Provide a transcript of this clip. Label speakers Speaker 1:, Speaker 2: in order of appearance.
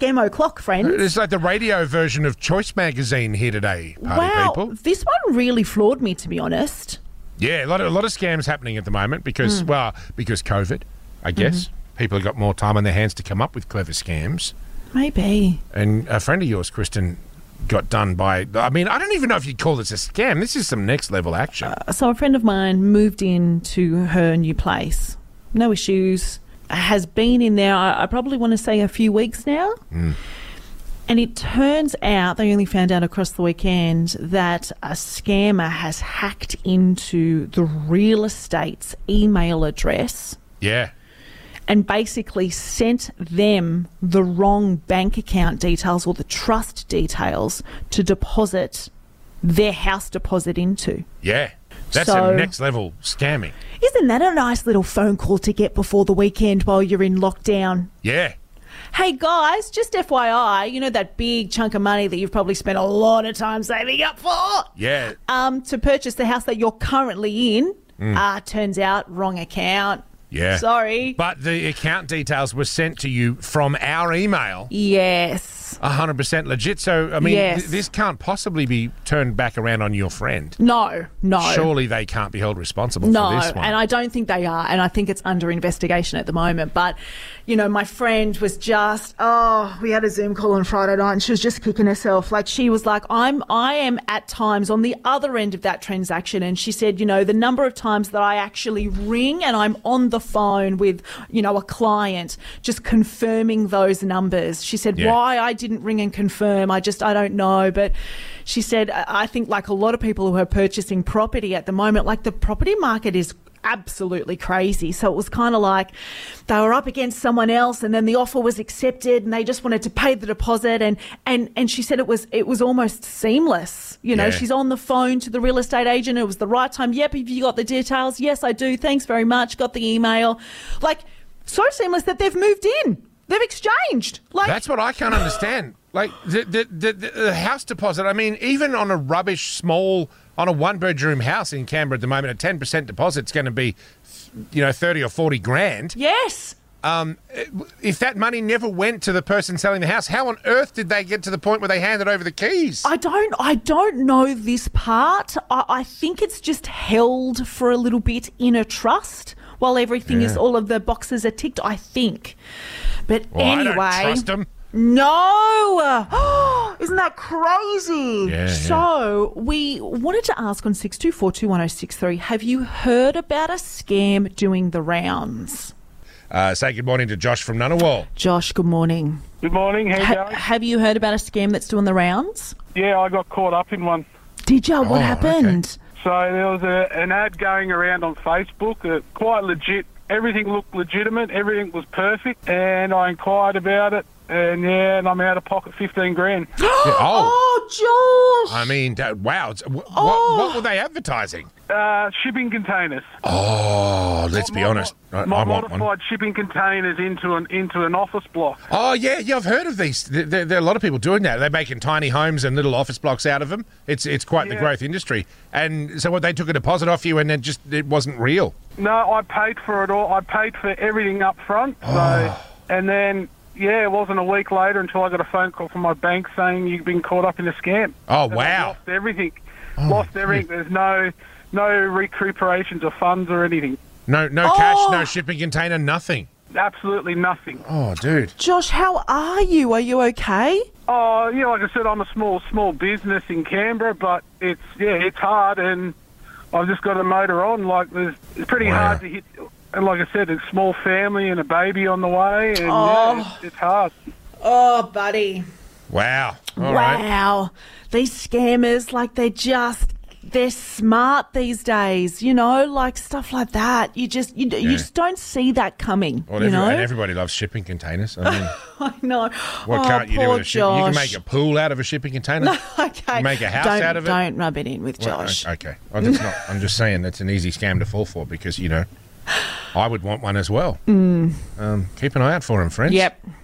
Speaker 1: Gemmo clock, friends.
Speaker 2: It's like the radio version of Choice Magazine here today, party
Speaker 1: Wow,
Speaker 2: people.
Speaker 1: this one really floored me, to be honest.
Speaker 2: Yeah, a lot of a lot of scams happening at the moment
Speaker 1: Hmm.
Speaker 2: because well, because COVID, I
Speaker 1: Mm-hmm.
Speaker 2: guess. People have got more time on their hands to come up with clever scams.
Speaker 1: Maybe.
Speaker 2: And a friend of yours, Kristen, got done by I mean, I don't even know if you'd call this a scam. This is some next level action.
Speaker 1: So a friend of mine moved into her new place. No issues. Has been in there, I I probably want to say a few weeks now.
Speaker 2: Hmm.
Speaker 1: And it turns out they only found out across the weekend that a scammer has hacked into the real estate's email address
Speaker 2: yeah.
Speaker 1: and basically sent them the wrong bank account details or the trust details to deposit their house deposit into.
Speaker 2: Yeah. That's
Speaker 1: So-
Speaker 2: some next level scamming.
Speaker 1: Isn't that a nice little phone call to get before the weekend while you're in lockdown?
Speaker 2: Yeah.
Speaker 1: Hey guys, just FYI, you know that big chunk of money that you've probably spent a lot of time saving up for?
Speaker 2: Yeah.
Speaker 1: Um, to purchase the house that you're currently in. Ah, turns out wrong account.
Speaker 2: Yeah.
Speaker 1: Sorry.
Speaker 2: But the account details were sent to you from our email.
Speaker 1: yes.
Speaker 2: 100% legit. So, I mean,
Speaker 1: Yes.
Speaker 2: th- this can't possibly be turned back around on your friend.
Speaker 1: No, no.
Speaker 2: Surely they can't be held responsible
Speaker 1: No,
Speaker 2: for this one.
Speaker 1: and I don't think they are, and I think it's under investigation at the moment. But, you know, my friend was just oh, we had a Zoom call on Friday night, and she was just kicking herself. Like she was like, I'm I am at times on the other end of that transaction, and she said, you know, the number of times that I actually ring and I'm on the phone with you know a client, just confirming those numbers. She said,
Speaker 2: Yeah.
Speaker 1: why I didn't ring and confirm, I just I don't know, but. She said, I I think, like a lot of people who are purchasing property at the moment, like the property market is absolutely crazy. So it was kind of like they were up against someone else and then the offer was accepted and they just wanted to pay the deposit and and and she said it was it was almost seamless. You know,
Speaker 2: Yeah.
Speaker 1: she's on the phone to the real estate agent. It was the right time. Yep, have you got the details? Yes, I do. Thanks very much. Got the email. Like so seamless that they've moved in. They've exchanged. Like
Speaker 2: That's what I can't understand. Like, the, the, the, the, the house deposit, I mean, even on a rubbish small, on a one bedroom house in Canberra at the moment, a 10% deposit's going to be, you know, 30 or 40 grand. Um,
Speaker 1: yes.
Speaker 2: If that money never went to the person selling the house, how on earth did they get to the point where they handed over the keys?
Speaker 1: I don't. I don't know this part. I, I think it's just held for a little bit in a trust while everything is all of the boxes are ticked. I think. But
Speaker 2: Well, Oh, I
Speaker 1: anyway,
Speaker 2: don't trust 'em.
Speaker 1: no, isn't that crazy?
Speaker 2: Yeah, yeah.
Speaker 1: so we wanted to ask on six two four two one zero six three. Have you heard about a scam doing the rounds?
Speaker 2: Uh, say good morning to Josh from Ngunnawal.
Speaker 1: Josh, good morning.
Speaker 3: Good morning. How you
Speaker 1: Ha-
Speaker 3: going?
Speaker 1: have you heard about a scam that's doing the rounds?
Speaker 3: Yeah, I got caught up in one.
Speaker 1: Did you? What
Speaker 2: Oh, okay.
Speaker 1: happened?
Speaker 3: So there was a, an ad going around on Facebook that quite legit. Everything looked legitimate. Everything was perfect. And I inquired about it. And yeah, and I'm out of pocket 15 grand.
Speaker 2: Yeah, oh,
Speaker 1: Oh, Josh!
Speaker 2: I mean, that- wow. It's- wh- wh-
Speaker 1: Oh.
Speaker 2: What were they advertising?
Speaker 3: Uh, shipping containers.
Speaker 2: Oh, let's be
Speaker 3: Mo-
Speaker 2: honest. I,
Speaker 3: mo-
Speaker 2: I want
Speaker 3: modified
Speaker 2: one.
Speaker 3: shipping containers into an into an office block.
Speaker 2: Oh, yeah, yeah, I've heard of these. There, there, there are a lot of people doing that. They're making tiny homes and little office blocks out of them. It's it's quite the
Speaker 3: Yeah.
Speaker 2: growth industry. And so, what they took a deposit off you, and then just it wasn't real.
Speaker 3: No, I paid for it all. I paid for everything up front. So, and then yeah, it wasn't a week later until I got a phone call from my bank saying you've been caught up in a scam.
Speaker 2: Oh,
Speaker 3: And I
Speaker 2: wow. Oh,
Speaker 3: Lost everything. lost everything. There's no no recuperations of funds or anything.
Speaker 2: No, no cash,
Speaker 1: Oh.
Speaker 2: no shipping container, nothing.
Speaker 3: Absolutely nothing.
Speaker 2: Oh, dude.
Speaker 1: Josh, how are you? Are you okay?
Speaker 3: Oh, yeah, like I said, I'm a small small business in Canberra, but it's yeah, it's hard, and I've just got to motor on. Like there's, it's pretty
Speaker 2: Wow.
Speaker 3: hard to hit. And like I said, it's small family and a baby on the way, and yeah, it's, it's hard.
Speaker 1: Oh, buddy.
Speaker 2: Wow. All right.
Speaker 1: wow. These scammers, like, they're just. They're smart these days, you know, like stuff like that. You just you, you
Speaker 2: Yeah.
Speaker 1: just don't see that coming,
Speaker 2: Well,
Speaker 1: you
Speaker 2: every-
Speaker 1: know.
Speaker 2: And everybody loves shipping containers. I mean,
Speaker 1: I know.
Speaker 2: what
Speaker 1: oh,
Speaker 2: can't you do
Speaker 1: poor
Speaker 2: with a shipping? You can
Speaker 1: Josh.
Speaker 2: make a pool out of a shipping container.
Speaker 1: okay.
Speaker 2: make a house
Speaker 1: Don't-
Speaker 2: out of it.
Speaker 1: Don't rub it in with Josh.
Speaker 2: Well, o- okay. I'm just, not, I'm just saying that's an easy scam to fall for because, you know, I would want one as well. Um, keep an eye out for him, friends.
Speaker 1: Mm. Yep.